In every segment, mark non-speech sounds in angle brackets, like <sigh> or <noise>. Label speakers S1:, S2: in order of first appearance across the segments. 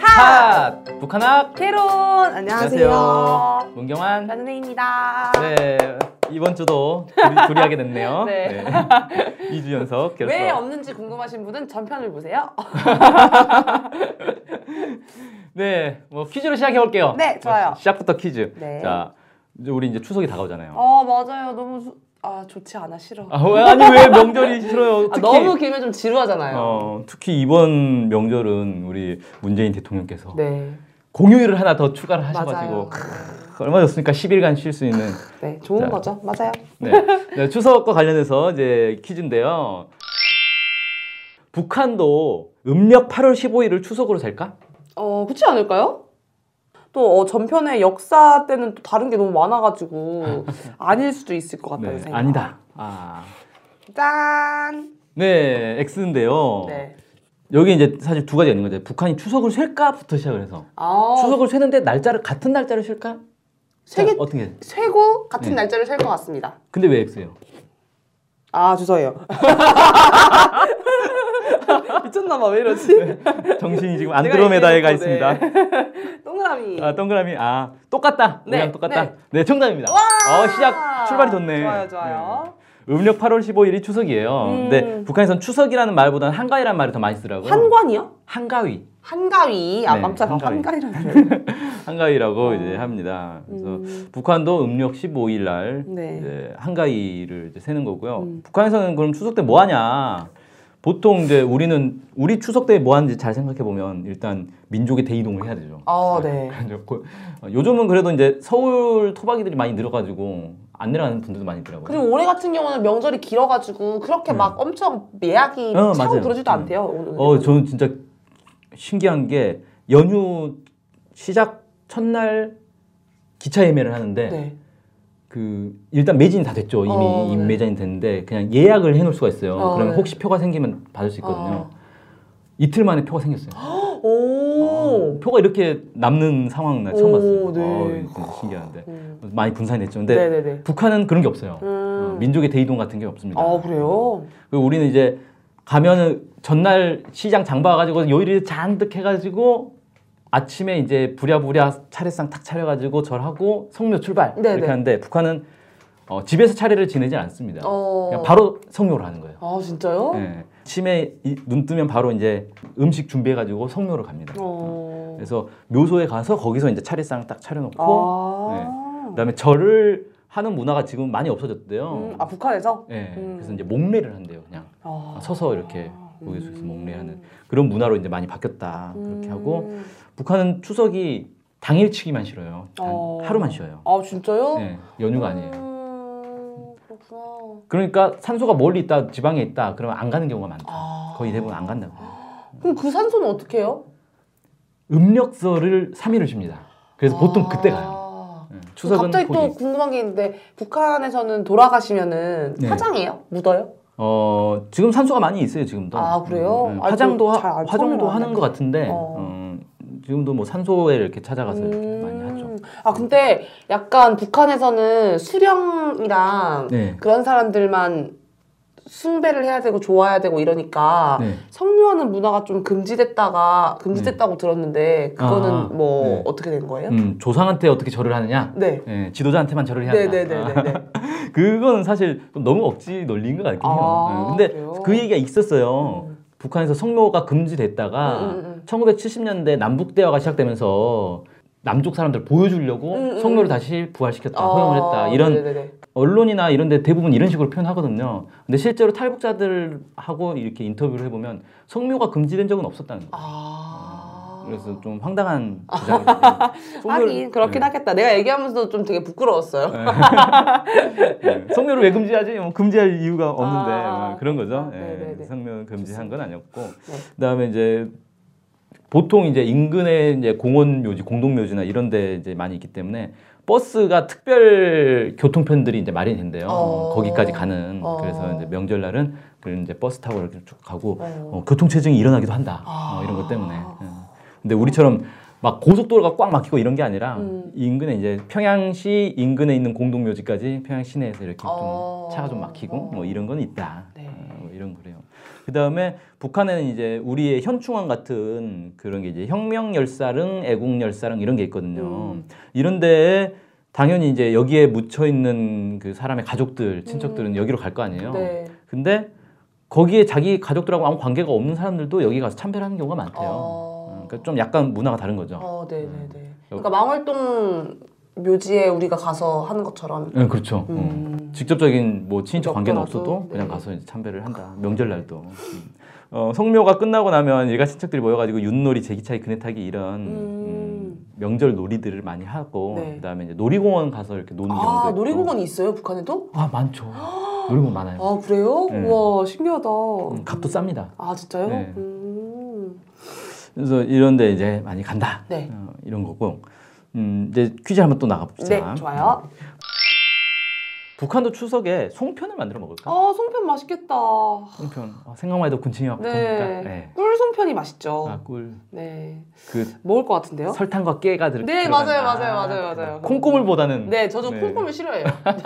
S1: 핫! 북한학!
S2: 캐론 안녕하세요.
S1: 문경환.
S2: 나는혜입니다.
S1: 네, 이번 주도 둘이, 둘이 하게 됐네요.
S2: <laughs> 네.
S1: 2주 연속 결석.
S2: 왜 없는지 궁금하신 분은 전편을 보세요.
S1: 아, 네, 뭐 퀴즈로 시작해 볼게요.
S2: <laughs> 네, 좋아요.
S1: 시작부터 퀴즈.
S2: 네.
S1: 자, 이제 우리 이제 추석이 다가오잖아요.
S2: 어 맞아요. 너무 수... 아 좋지 않아 싫어.
S1: 아, 왜, 아니 왜 명절이 싫어요?
S2: <laughs> 아,
S1: 특히
S2: 너무 길면 좀 지루하잖아요.
S1: 어, 특히 이번 명절은 우리 문재인 대통령께서
S2: 네.
S1: 공휴일을 하나 더 추가를 어, 하셔가지고
S2: 맞아요.
S1: 크, 얼마 좋습니까? 10일간 쉴 수 있는
S2: 네, 좋은
S1: 자.
S2: 거죠. 맞아요.
S1: 네. 네, 추석과 관련해서 이제 퀴즈인데요. 북한도 음력 8월 15일을 추석으로 살까?
S2: 어 그렇지 않을까요? 또 어, 전편의 역사 때는 또 다른 게 너무
S1: <laughs>
S2: 많아가지고 아닐 수도 있을 것 같다는
S1: 네,
S2: 생각.
S1: 아니다. 아.
S2: 짠.
S1: 네, X인데요.
S2: 네.
S1: 여기 이제 사실 두 가지가 있는 거죠. 북한이 추석을 쉴까부터 시작을 해서
S2: 아
S1: 추석을 쉬는데 날짜를 같은 날짜를 쉴까?
S2: 세계-
S1: 자, 어떻게? 해?
S2: 최고 같은
S1: 네.
S2: 날짜를 셀 것 같습니다.
S1: 근데 왜 X예요?
S2: 아 죄송해요. <laughs> 미쳤나봐 왜
S1: 네.
S2: 이러지?
S1: 정신이 지금
S2: <laughs> 내가
S1: 안드로메다에 가
S2: 얘기해놓고,
S1: 있습니다.
S2: 동그라미.
S1: 아, 동그라미. 아, 똑같다.
S2: 네,
S1: 모양 똑같다.
S2: 네.
S1: 네, 정답입니다. 어, 시작 출발이 좋네.
S2: 아, 좋아요 좋아요.
S1: 음력 8월 15일이 추석이에요.
S2: 음.
S1: 근데 북한에선 추석이라는 말보다는 한가위라는 말을 더 많이 쓰더라고요.
S2: 한관이요?
S1: 한가위.
S2: 한가위. 아
S1: 어. 네,
S2: 깜짝아
S1: 한가위.
S2: 한가위라는
S1: <laughs>
S2: 줄.
S1: 한가위라고
S2: 어.
S1: 이제 합니다. 그래서
S2: 음.
S1: 북한도 음력 15일 날
S2: 네.
S1: 이제 한가위를 이제 세는 거고요.
S2: 음.
S1: 북한에서는 그럼 추석 때 뭐 하냐? 보통 이제 우리는 우리 추석 때 뭐 하는지 잘 생각해 보면 일단 민족의 대이동을 해야 되죠.
S2: 아 네.
S1: 그래서 고- 어, 요즘은 그래도 이제 서울 토박이들이 많이 늘어가지고 안 내려가는 분들도 많이 있더라고요.
S2: 그리고 올해 같은 경우는 명절이 길어가지고 그렇게 막 엄청 예약이
S1: 음. 어,
S2: 차고
S1: 맞아요.
S2: 그러지도
S1: 음.
S2: 않대요. 오늘.
S1: 어, 저는 진짜 신기한 게 연휴 시작 첫날 기차 예매를 하는데
S2: 네.
S1: 그 일단 매진이 다 됐죠. 이미
S2: 어,
S1: 이미
S2: 네.
S1: 매진이 됐는데 그냥 예약을 해놓을 수가 있어요.
S2: 어,
S1: 그러면
S2: 네.
S1: 혹시 표가 생기면 받을 수 있거든요. 이틀 만에 표가 생겼어요.
S2: 어. 오.
S1: 표가 이렇게 남는 상황 나 처음
S2: 오,
S1: 봤어요.
S2: 네.
S1: 어, 진짜 신기한데
S2: 음.
S1: 많이 분산됐죠. 근데
S2: 네네네.
S1: 북한은 그런 게 없어요. 어,
S2: 음.
S1: 민족의 대이동 같은 게 없습니다.
S2: 아 그래요?
S1: 그리고 우리는 이제 가면은 전날 시장 장 봐가지고 요일을 잔뜩 해가지고 아침에 이제 부랴부랴 차례상 탁 차려가지고 절하고 성묘 출발
S2: 네네.
S1: 이렇게 하는데 북한은 어, 집에서 차례를 지내지 않습니다.
S2: 어.
S1: 네. 그냥 바로 성묘를 하는 거예요.
S2: 아 진짜요?
S1: 네. 아침에 이- 눈 뜨면 바로 이제 음식 준비해가지고 성묘를 갑니다.
S2: 어.
S1: 네. 그래서 묘소에 가서 거기서 이제 차례상 딱 차려놓고
S2: 아.
S1: 그다음에 절을 하는 문화가 지금 많이 없어졌대요.
S2: 음, 아 북한에서?
S1: 네.
S2: 음.
S1: 그래서 이제 목례를 한대요, 그냥.
S2: 아.
S1: 서서 이렇게 고개 숙여서
S2: 음.
S1: 목례하는 그런 문화로 이제 많이 바뀌었다 그렇게
S2: 음.
S1: 하고 북한은 추석이 당일치기만 쉬어요 단-
S2: 어.
S1: 하루만 쉬어요
S2: 아 진짜요?
S1: 네, 연휴가 아니에요
S2: 음, 그렇구나.
S1: 그러니까 산소가 멀리 있다 지방에 있다 그러면 안 가는 경우가 많다
S2: 아.
S1: 거의 대부분 안 간다고 해요.
S2: 그럼 그 산소는 어떻게 해요?
S1: 음력서를 3일을 쉽니다 그래서 보통 그때 가요 네, 추석은
S2: 아. 갑자기
S1: 포기
S2: 또 궁금한 게 있는데 북한에서는 돌아가시면은
S1: 네.
S2: 화장해요? 묻어요?
S1: 어, 지금 산소가 많이 있어요 지금도
S2: 아, 그래요?
S1: 네,
S2: 아,
S1: 화장도
S2: 저잘
S1: 하,
S2: 처음
S1: 화장도
S2: 알았네.
S1: 하는 것 같은데
S2: 어.
S1: 어, 지금도 뭐 산소에 이렇게 찾아가서 이렇게
S2: 음.
S1: 많이 하죠
S2: 아 근데 약간 북한에서는 수령이랑
S1: 네.
S2: 그런 사람들만 숭배를 해야 되고 좋아야 되고 이러니까
S1: 네.
S2: 성묘하는 문화가 좀 금지됐다가 금지됐다고 들었는데 그거는
S1: 음. 아,
S2: 뭐
S1: 네.
S2: 어떻게 된 거예요?
S1: 음, 조상한테 어떻게 절을 하느냐?
S2: 네.
S1: 예, 지도자한테만 절을 해야
S2: 네,
S1: 한다.
S2: 네, 네, 네, 네.
S1: 아, <laughs> 그거는 사실 좀 너무 억지 논리인 것 같긴 해요.
S2: 아,
S1: 예, 근데
S2: 그래요?
S1: 그 얘기가 있었어요.
S2: 음.
S1: 북한에서 성묘가 금지됐다가
S2: 음, 음, 음.
S1: 1970년대 남북 대화가 시작되면서 남쪽 사람들 보여주려고
S2: 음, 음.
S1: 성묘를 다시 부활시켰다,
S2: 아,
S1: 허용을 했다 이런
S2: 네네네.
S1: 언론이나 이런 데 대부분 이런 식으로 표현하거든요. 근데 실제로 탈북자들하고 이렇게 인터뷰를 해보면 성묘가 금지된 적은 없었다는 거예요.
S2: 아.
S1: 그래서 좀
S2: <laughs>
S1: 황당한 주장이거든요.
S2: 하긴 그렇긴 하겠다. 내가 얘기하면서도 좀 되게 부끄러웠어요.
S1: 네. <laughs> 성묘를 왜 금지하지? 뭐 금지할 이유가 없는데
S2: 아,
S1: 뭐 그런 거죠.
S2: 아, 네네네. 네.
S1: 예, 성묘는 금지한 건 아니었고 그다음에 이제 보통 이제 인근의 이제 공원 묘지, 공동 묘지나 이런 데 이제 많이 있기 때문에 버스가 특별 교통편들이 이제 마련된대요.
S2: 어.
S1: 거기까지 가는.
S2: 어.
S1: 그래서 이제 명절날은 그 이제 버스 타고 이렇게 쭉 가고
S2: 어.
S1: 어, 교통체증이 일어나기도 한다.
S2: 아.
S1: 어, 이런 것 때문에. 예. 근데 우리처럼 막 고속도로가 꽉 막히고 이런 게 아니라
S2: 음.
S1: 인근에 이제 평양시 인근에 있는 공동묘지까지 평양 시내에서 이렇게
S2: 어.
S1: 좀 차가 좀 막히고 뭐 이런 건 있다.
S2: 네.
S1: 아, 뭐 이런 거래요. 그 다음에 북한에는 이제 우리의 현충원 같은 그런 게 이제 혁명 열사릉, 애국 열사릉 이런 게 있거든요.
S2: 음.
S1: 이런데 당연히 이제 여기에 묻혀 있는 그 사람의 가족들, 친척들은 여기로 갈 거 아니에요.
S2: 음. 네.
S1: 근데 거기에 자기 가족들하고 아무 관계가 없는 사람들도 여기 가서 참배를 하는 경우가 많대요.
S2: 어.
S1: 음, 그러니까 좀 약간 문화가 다른 거죠.
S2: 어, 네, 네, 네. 그러니까 망월동 묘지에 우리가 가서 하는 것처럼.
S1: 네, 그렇죠. 음.
S2: 음.
S1: 직접적인 뭐 친척 관계는
S2: 없더라도,
S1: 없어도 그냥
S2: 네.
S1: 가서 이제 참배를 한다. 명절날도. 음. 어, 성묘가 끝나고 나면 일가 친척들이 모여가지고 윷놀이, 제기차기, 그네타기 이런
S2: 음.
S1: 음, 명절 놀이들을 많이 하고
S2: 네.
S1: 그다음에 이제 놀이공원 가서 이렇게 노는 경우도
S2: 아,
S1: 있고.
S2: 놀이공원이 있어요, 북한에도?
S1: 아
S2: <gasps>
S1: 많죠. 놀이공원 많아요.
S2: 아, 그래요?
S1: 네.
S2: 우와, 신기하다.
S1: 음, 값도 쌉니다.
S2: 아, 진짜요?
S1: 네.
S2: 음.
S1: 그래서 이런데 이제 많이 간다.
S2: 네.
S1: 어, 이런 거고. 음, 이제 퀴즈 한번 또 나가봅시다. 음,
S2: 네, 좋아요.
S1: 북한도 추석에 송편을 만들어 먹을까?
S2: 아, 송편 맛있겠다.
S1: 송편. 어, 생각만 해도 군침이 확 도니까.
S2: 네. 어.
S1: 네.
S2: 꿀 송편이 맛있죠.
S1: 아 꿀.
S2: 네.
S1: 그
S2: 먹을 것 같은데요?
S1: 설탕과 깨가 들.
S2: 네,
S1: 들어간-
S2: 맞아요,
S1: 아,
S2: 맞아요, 맞아요, 맞아요.
S1: 콩고물보다는.
S2: 네, 저도 콩고물 싫어해요.
S1: 역시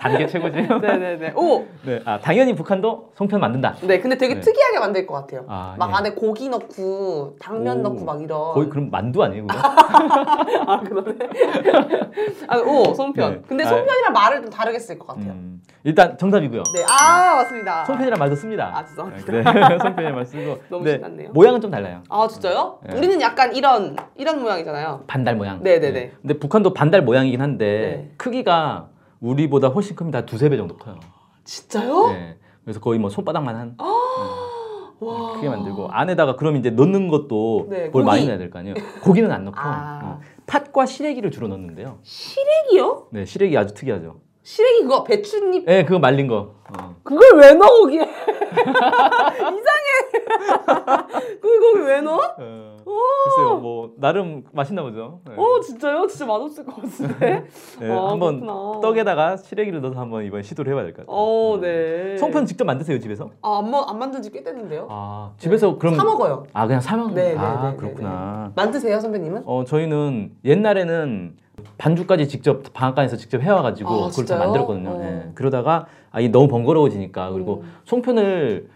S1: 단계 최고지.
S2: <laughs> 네, 네, 네. 오,
S1: <laughs> 네. 아 당연히 북한도 송편 만든다.
S2: 네, 근데 되게
S1: 네.
S2: 특이하게 만들 것 같아요.
S1: 아,
S2: 막
S1: 예.
S2: 안에 고기 넣고 당면
S1: 오.
S2: 넣고 막 이런.
S1: 거의 그럼 만두 아니에요, 그거?
S2: <laughs> 아 그러네. <laughs> 아, 오 송편.
S1: 네.
S2: 근데
S1: 아,
S2: 송편이랑 말을 좀 다르게 쓸 것 같아요.
S1: 음, 일단 정답이고요.
S2: 네, 아 맞습니다.
S1: 송편이란 말도 씁니다.
S2: 아,
S1: 네,
S2: 죄송합니다.
S1: <laughs> 송편이란 말 쓰고.
S2: <laughs> 너무
S1: 네,
S2: 신났네요.
S1: 모양은 좀 달라요.
S2: 아 진짜요?
S1: 네.
S2: 우리는 약간 이런 이런 모양이잖아요.
S1: 반달 모양. 예.
S2: 네네네.
S1: 근데 북한도 반달 모양이긴 한데
S2: 네.
S1: 크기가 우리보다 훨씬 큽니다. 한 두세 배 정도 커요.
S2: 진짜요?
S1: 네. 그래서 거의 뭐 손바닥만 한
S2: 어. 와.
S1: 크게 만들고 안에다가 그럼 이제 넣는 것도
S2: 네,
S1: 뭘
S2: 고기.
S1: 많이 넣어야 될 거 아니에요. 고기는 안 넣고
S2: 아.
S1: 어. 팥과 시래기를 주로 넣는데요.
S2: 시래기요?
S1: 네, 시래기 아주 특이하죠.
S2: 시래기 그거 배추잎.
S1: 네, 그거 말린 거. 어.
S2: 그걸 왜 넣어 거기에? <laughs> 이상해. <laughs> 그걸 거기 왜 넣어?
S1: 어, 글쎄요, 뭐 나름 맛있나 보죠. 네.
S2: 어 진짜요? 진짜 맛없을 것 같은데.
S1: 네,
S2: 아,
S1: 한번
S2: 그렇구나.
S1: 떡에다가 시래기를 넣어서 한번 이번에 시도를 해봐야 될 것 같아요.
S2: 어 네.
S1: 송편 직접 만드세요 집에서?
S2: 아안안 만든 지 꽤 됐는데요.
S1: 아 집에서 그럼
S2: 네. 사 먹어요.
S1: 아 그냥 사 먹는
S2: 네, 네,
S1: 아
S2: 네, 네,
S1: 그렇구나.
S2: 만드세요 선배님은?
S1: 어 저희는 옛날에는 반죽까지 직접 방앗간에서 직접 해와가지고
S2: 아,
S1: 그걸 다
S2: 진짜요?
S1: 만들었거든요.
S2: 어. 음.
S1: 예. 그러다가 아, 이 너무 번거로워지니까 그리고 송편을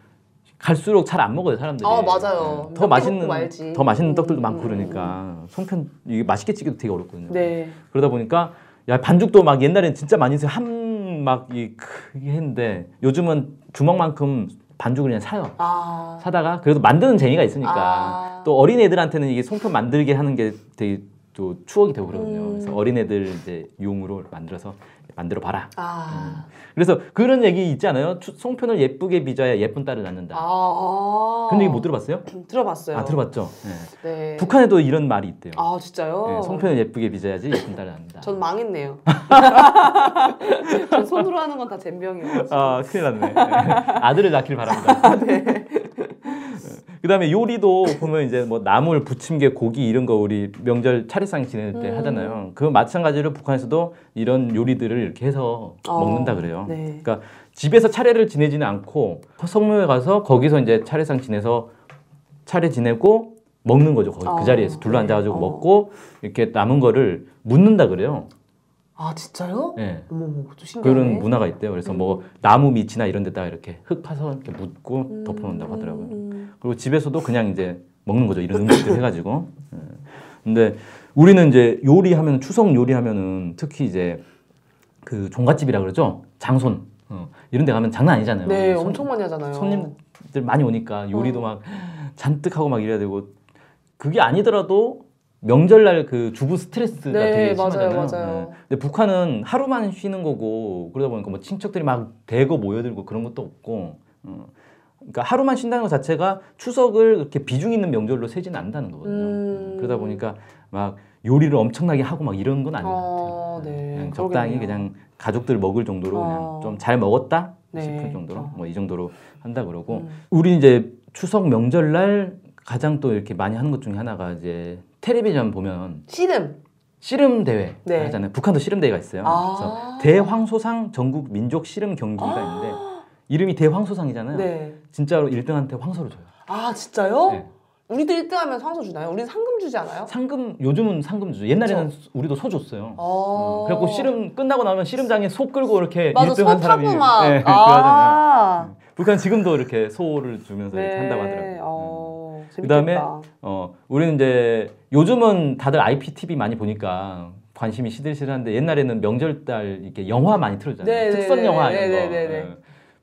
S1: 갈수록 잘 안 먹어요 사람들이.
S2: 아, 맞아요.
S1: 예.
S2: 몇개
S1: 더 맛있는
S2: 먹고 말지.
S1: 더 맛있는 떡들도
S2: 음,
S1: 많고
S2: 음,
S1: 그러니까 송편 이게 맛있게 찌기도 되게 어렵거든요.
S2: 네.
S1: 그러다 보니까 야 반죽도 막 옛날엔 진짜 많이 해서 한막 이 크게 했는데 요즘은 주먹만큼 반죽을 그냥 사요.
S2: 아.
S1: 사다가 그래도 만드는 재미가 있으니까
S2: 아.
S1: 또 어린 애들한테는 이게 송편 만들게 하는 게 되게 또 추억이 되고 그러거든요.
S2: 음.
S1: 그래서 어린 애들 이제 용으로 만들어서 만들어 봐라.
S2: 아.
S1: 그래서 그런 얘기 있지 않아요? 추- 송편을 예쁘게 빚어야 예쁜 딸을 낳는다.
S2: 아.
S1: 근데 이거 못 들어봤어요?
S2: 들어봤어요.
S1: 아 들어봤죠. 네.
S2: 네.
S1: 북한에도 이런 말이 있대요.
S2: 아 진짜요?
S1: 네, 송편을 예쁘게 빚어야지 예쁜 딸을 낳는다.
S2: 전
S1: <laughs>
S2: 망했네요. 전 손으로 하는 건 다 잼병이에요.
S1: 아 큰일
S2: <laughs>
S1: 났네. 네. 아들을 낳길 바랍니다.
S2: 네.
S1: 네. 그다음에 요리도 보면 이제 뭐 나물, 부침개, 고기 이런 거 우리 명절 차례상 지낼 때
S2: 음.
S1: 하잖아요. 그 마찬가지로 북한에서도 이런 요리들을 이렇게 해서
S2: 어,
S1: 먹는다 그래요.
S2: 네.
S1: 그러니까 집에서 차례를 지내지는 않고 성묘에 가서 거기서 이제 차례상 지내서 차례 지내고 먹는 거죠. 거기
S2: 어,
S1: 그 자리에서 둘러
S2: 네.
S1: 앉아가지고
S2: 어.
S1: 먹고 이렇게 남은 거를 묻는다 그래요.
S2: 아 진짜요?
S1: 예.
S2: 어머 어머 그것도 신기하네. 음.
S1: 그런 문화가 있대요. 그래서 뭐 나무 밑이나 이런 데다가 이렇게 흙 파서 이렇게 묻고
S2: 음,
S1: 덮어놓는다고 하더라고요.
S2: 음.
S1: 그리고 집에서도 그냥 이제 먹는 거죠. 이런 음식들 해가지고. 예. 근데 우리는 이제 요리하면 추석 요리하면은 특히 이제 그 종갓집이라 그러죠. 장손 어, 이런 데 가면 장난 아니잖아요.
S2: 네,
S1: 뭐 손-
S2: 엄청 많이 하잖아요. 어.
S1: 손님들 많이 오니까 요리도 막 잔뜩 하고 막 이래야 되고 그게 아니더라도 명절날 그 주부 스트레스가
S2: 네,
S1: 되게
S2: 맞아요,
S1: 심하잖아요. 네.
S2: 맞아요.
S1: 근데 북한은 하루만 쉬는 거고 그러다 보니까 뭐 친척들이 막 대거 모여들고 그런 것도 없고 어. 그러니까 하루만 쉰다는 것 자체가 추석을 그렇게 비중 있는 명절로 세지는 않는다는 거거든요.
S2: 음.
S1: 음, 그러다 보니까 막 요리를 엄청나게 하고 막 이런 건 아닌 것 같아요.
S2: 아, 네.
S1: 그냥 적당히
S2: 그러겠네요.
S1: 그냥 가족들 먹을 정도로
S2: 어.
S1: 그냥 좀 잘 먹었다
S2: 네.
S1: 싶을 정도로
S2: 어.
S1: 뭐 이 정도로 한다 그러고
S2: 음.
S1: 우리 이제 추석 명절날 가장 또 이렇게 많이 하는 것 중에 하나가 이제 텔레비전 보면
S2: 씨름.
S1: 씨름 대회
S2: 네.
S1: 하잖아요. 북한도 씨름 대회가 있어요. 그래서
S2: 아.
S1: 대황소상 전국 민족 씨름 경기가 있는데 이름이 대황소상이잖아요.
S2: 네.
S1: 진짜로 1등한테 황소를 줘요.
S2: 아 진짜요?
S1: 네.
S2: 우리도 1등하면 상소 주나요? 우리는 상금 주지 않아요?
S1: 상금 요즘은 상금 주죠. 옛날에는 우리도 소 줬어요.
S2: 어.
S1: 음, 그래갖고 씨름 끝나고 나면 씨름장에 소 끌고 이렇게
S2: 맞아 아.
S1: 1등한
S2: 소 타고
S1: <laughs> 사람이
S2: 막.
S1: 예, 그거 하잖아요.
S2: 아.
S1: 북한 지금도 이렇게 소를 주면서 이렇게 한다고 하더라고요.
S2: 네.
S1: 음.
S2: 어,
S1: 그다음에
S2: 재밌겠다.
S1: 어, 우리는 이제 요즘은 다들 IPTV 많이 보니까 관심이 시들시들한데 옛날에는 명절달 이렇게 영화 많이 틀어주잖아요.
S2: 네,
S1: 특선
S2: 네,
S1: 영화
S2: 네,
S1: 이런
S2: 네,
S1: 거.
S2: 네, 네.
S1: 예.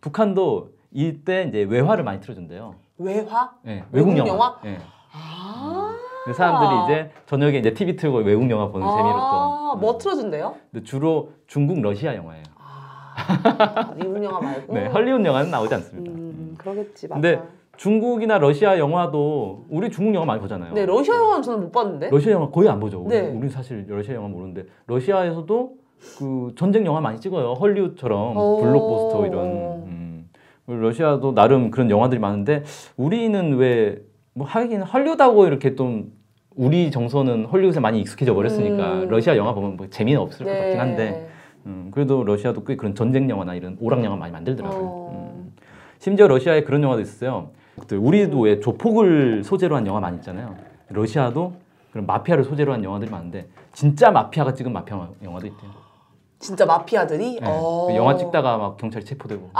S1: 북한도 이때 이제 외화를 많이 틀어준대요.
S2: 외화?
S1: 예,
S2: 외국
S1: 외국 영화.
S2: 영화?
S1: 예.
S2: 아.
S1: 근데 사람들이 이제 저녁에 이제 TV 틀고 외국 영화 보는 음, 재미로
S2: 아,
S1: 또. 네.
S2: 뭐 틀어준대요?
S1: 근데 주로 중국, 러시아 영화예요. <laughs>
S2: 아, 미국 영화 말고.
S1: 네, 헐리우드 영화는 나오지 않습니다.
S2: 음, 그러겠지, 맞아.
S1: 근데 중국이나 러시아 영화도 우리 중국 영화 많이 보잖아요.
S2: 네, 러시아 영화는 저는 못 봤는데.
S1: 러시아 영화 거의 안 보죠.
S2: 네.
S1: 우리, 우리 사실 러시아 영화 모르는데 러시아에서도 그 전쟁 영화 많이 찍어요. 헐리우드처럼
S2: 오.
S1: 블록버스터 이런. 음. 러시아도 나름 그런 영화들이 많은데 우리는 왜 뭐 하긴 헐리우드하고 이렇게 좀 우리 정서는 헐리우드에 많이 익숙해져 버렸으니까
S2: 음. 네.
S1: 러시아 영화 보면 뭐 재미는 없을 것 같긴 한데 음, 그래도 러시아도 꽤 그런 전쟁 영화나 이런 오락 영화 많이 만들더라고요.
S2: 어.
S1: 음. 심지어 러시아에 그런 영화도 있었어요. 그때 우리도 왜 조폭을 소재로 한 영화 많이 있잖아요. 러시아도 그런 마피아를 소재로 한 영화들이 많은데 진짜 마피아가 찍은 마피아 영화도 있대요.
S2: 진짜 마피아들이.
S1: 예.
S2: 어.
S1: 그 영화 찍다가 막 경찰이 체포되고.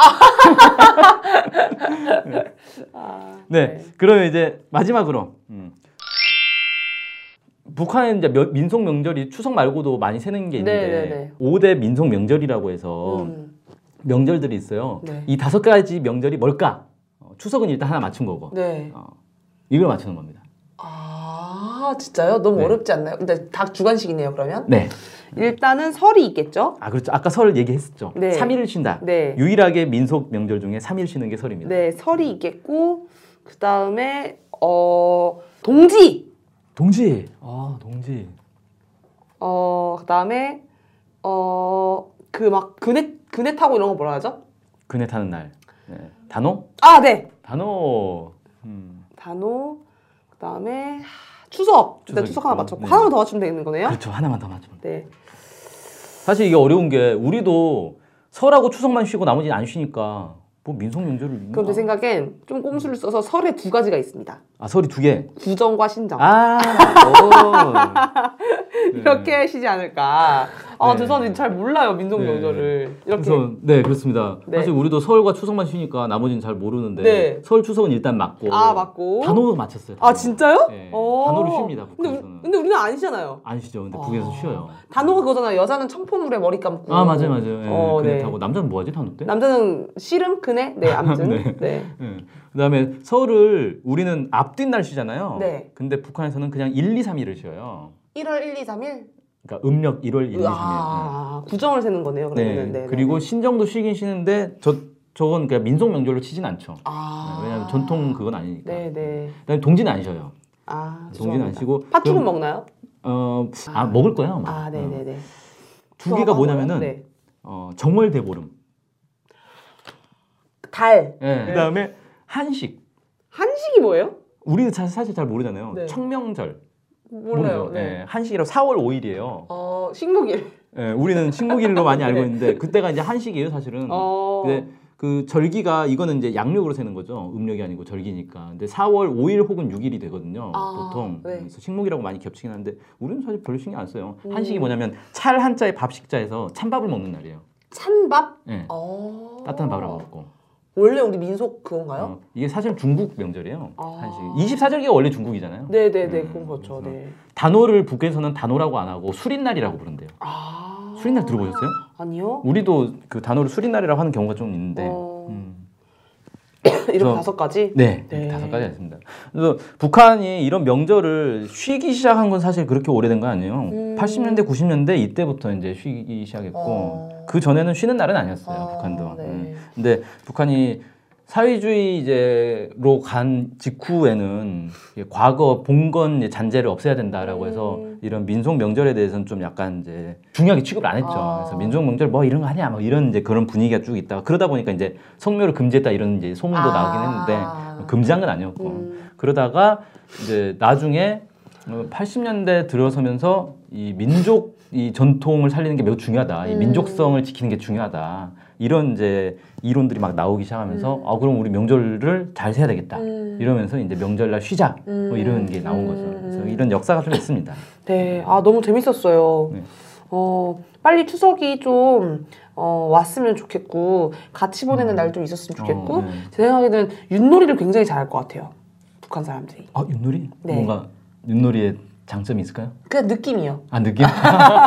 S2: 아,
S1: 네, 그러면 이제 마지막으로 음. 북한은 이제 며- 민속 명절이 추석 말고도 많이 세는 게
S2: 네, 네, 네.
S1: 있는데 오 5대 민속 명절이라고 해서
S2: 음,
S1: 명절들이 있어요.
S2: 네.
S1: 이 다섯 가지 명절이 뭘까? 어, 추석은 일단 하나 맞춘 거고
S2: 네.
S1: 어, 이걸 맞추는 겁니다.
S2: 아, 진짜요? 너무
S1: 네.
S2: 어렵지 않나요? 근데 다 주관식이네요, 그러면.
S1: 네.
S2: 일단은 설이 있겠죠?
S1: 아 그렇죠. 아까 설 얘기했었죠.
S2: 네.
S1: 3일을 쉰다.
S2: 네.
S1: 유일하게 민속 명절 중에 3일 쉬는 게 설입니다.
S2: 네, 설이
S1: 음.
S2: 있겠고 그 다음에 어 동지
S1: 동지. 아 동지.
S2: 어 그다음에 어 그 막 그네 그네 타고 이런 거 뭐라 하죠?
S1: 그네 타는 날. 네. 단호?
S2: 아 네,
S1: 단호. 음.
S2: 단오 그다음에 하, 추석 일단
S1: 추석이
S2: 추석 하나
S1: 있고,
S2: 맞췄고
S1: 네.
S2: 하나만 더 맞추면 되는 거네요.
S1: 그렇죠. 하나만 더 맞추면. 돼.
S2: 네,
S1: 사실 이게 어려운 게 우리도 설하고 추석만 쉬고 나머지는 안 쉬니까 뭐 민속 명절을.
S2: 그럼 제 생각엔 좀 꼼수를 써서 설에 두 가지가 있습니다.
S1: 아 설이 두 개.
S2: 구정과 신정
S1: 아. 오. 네.
S2: <laughs> 이렇게 하시지 않을까. 아
S1: 네.
S2: 죄송한데 잘 몰라요 민족
S1: 네.
S2: 명절을 이렇게.
S1: 그래서 네 그렇습니다.
S2: 네.
S1: 사실 우리도 설과 추석만 쉬니까 나머지는 잘 모르는데
S2: 네.
S1: 설 추석은 일단 맞고
S2: 아 맞고
S1: 뭐 단호도 맞췄어요.
S2: 아 진짜요?
S1: 네,
S2: 어.
S1: 단호를 쉽니다,
S2: 근데, 우-
S1: 북한에서는.
S2: 근데 우리는 안 쉬잖아요.
S1: 안 쉬죠. 근데
S2: 아.
S1: 북에서 쉬어요.
S2: 단호가 그거잖아요. 여자는 청포물에 머리 감고.
S1: 아 맞아요 맞아요. 예,
S2: 어,
S1: 그네
S2: 네.
S1: 타고 남자는 뭐하지 단호 때?
S2: 남자는 씨름 그네. 네 아무튼. 네.
S1: <laughs> 네. 예. 그다음에 설을 우리는 앞뒤 날 쉬잖아요.
S2: 네.
S1: 근데 북한에서는 그냥 1, 2, 3일을 쉬어요.
S2: 1월 1, 2, 3일.
S1: 그러니까 음력 1월 1, 2, 3일.
S2: 아 구정을 세는 거네요.
S1: 네.
S2: 그러면 네.
S1: 그리고 신정도 쉬긴 쉬는데 저 저건 그냥 민속 명절로 치진 않죠.
S2: 아.
S1: 네, 왜냐하면 전통 그건 아니니까.
S2: 네네.
S1: 그다음에 동지는 안 쉬어요.
S2: 아
S1: 동지는 안
S2: 죄송합니다.
S1: 쉬고
S2: 팥죽은
S1: 그럼,
S2: 먹나요?
S1: 어, 아 먹을 거예요. 아마.
S2: 아
S1: 어.
S2: 네네네.
S1: 두 개가 뭐냐면은
S2: 네.
S1: 어, 정월대보름.
S2: 달
S1: 예. 그다음에 한식.
S2: 한식이 뭐예요?
S1: 우리는 자- 사실 잘 모르잖아요.
S2: 네.
S1: 청명절.
S2: 몰라요. 네.
S1: 모르죠? 예, 한식이라고 4월 5일이에요. 예,
S2: 어 신국일.
S1: 우리는 식목일로 많이 알고
S2: <laughs> 네.
S1: 있는데 그때가 이제 한식이에요, 사실은.
S2: 어.
S1: 음. 근데 그 절기가 이거는 이제 양력으로 세는 거죠. 음력이 아니고 절기니까. 근데 4월 5일 혹은 6일이 되거든요.
S2: 아,
S1: 보통. 음,
S2: 네.
S1: 그래서 식목이라고 많이 겹치긴 한데 우리는 사실 별로 신경 안 써요.
S2: 음.
S1: 한식이 뭐냐면 찰 한자에 밥식자에서 찬밥을 먹는 날이에요.
S2: 찬밥.
S1: 예,
S2: 어.
S1: 따뜻한 밥을 안 먹고.
S2: 원래 우리 민속 그건가요?
S1: 어, 이게 사실 중국 명절이에요.
S2: 아.
S1: 한식. 24절기가 원래 중국이잖아요.
S2: 네네네
S1: 음,
S2: 그건 그렇죠.
S1: 그래서
S2: 네.
S1: 단호를 북에서는 단호라고 안 하고 수린날이라고 부른대요.
S2: 아.
S1: 수린날 들어보셨어요?
S2: 아니요.
S1: 우리도 그 단어를 수리날이라고 하는 경우가 좀 있는데
S2: 어.
S1: 음.
S2: 이렇게
S1: 그래서-
S2: 다섯 가지.
S1: 네,
S2: 네.
S1: 다섯 가지가 있습니다. 그래서 북한이 이런 명절을 쉬기 시작한 건 사실 그렇게 오래된 거 아니에요.
S2: 음.
S1: 80년대, 90년대 이때부터 이제 쉬기 시작했고
S2: 어.
S1: 그 전에는 쉬는 날은 아니었어요.
S2: 아,
S1: 북한도.
S2: 네.
S1: 음. 근데 북한이 사회주의 이제로 간 직후에는 이게 과거 봉건 잔재를 없애야 된다라고 해서
S2: 음.
S1: 이런 민속 명절에 대해서는 좀 약간 이제 중요하게 취급을 안 했죠.
S2: 아.
S1: 그래서 민속 명절 뭐 이런 거 하냐 뭐 이런 이제 그런 분위기가 쭉 있다가 그러다 보니까 이제 성묘를 금지했다 이런 이제 소문도
S2: 아.
S1: 나오긴 했는데 그 금지한 건 아니었고
S2: 음.
S1: 그러다가 이제 나중에 80년대 들어서면서 이 민족 이 전통을 살리는 게 매우 중요하다. 이
S2: 음.
S1: 민족성을 지키는 게 중요하다. 이런 이제 이론들이 막 나오기 시작하면서
S2: 음.
S1: 아 그럼 우리 명절을 잘 세야 되겠다.
S2: 음.
S1: 이러면서 이제 명절날 쉬자.
S2: 음.
S1: 뭐 이런 게 나온 거죠.
S2: 음.
S1: 그래서 이런 역사가 좀 있습니다.
S2: 네. 아 너무 재밌었어요.
S1: 네.
S2: 어, 빨리 추석이 좀 어, 왔으면 좋겠고 같이 보내는 날 좀 있었으면 좋겠고
S1: 음. 어, 네.
S2: 제 생각에는 윷놀이를 굉장히 잘할 것 같아요. 북한 사람들이.
S1: 아 윷놀이?
S2: 네.
S1: 뭔가 윷놀이의 장점이 있을까요?
S2: 그냥 느낌이요.
S1: 아 느낌?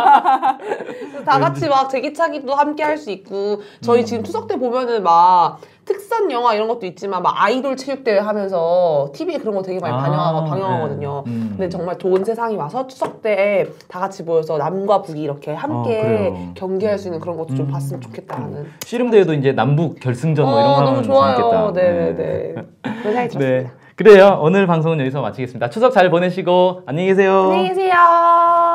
S1: 네.
S2: 다 같이 막 제기차기도 함께 할 수 있고 저희
S1: 음.
S2: 지금 추석 때 보면은 막 특산 영화 이런 것도 있지만 막 아이돌 체육대회 하면서 TV에 그런 거 되게 많이
S1: 아,
S2: 반영하고
S1: 네.
S2: 방영하거든요.
S1: 음.
S2: 근데 정말 좋은 세상이 와서 추석 때 다 같이 모여서 남과 북이 이렇게 함께
S1: 아, 그래요.
S2: 경기할 수 있는 그런 것도 좀
S1: 음.
S2: 봤으면 좋겠다는.
S1: 씨름대회도 이제 남북 결승전 뭐 이런 거
S2: 어,
S1: 하면
S2: 너무 좋아요.
S1: 재밌겠다.
S2: 네네네. 그런
S1: <laughs>
S2: 생각이 들었습니다.
S1: 네. 그래요. 오늘 방송은 여기서 마치겠습니다. 추석 잘 보내시고 안녕히 계세요.
S2: 안녕히 계세요.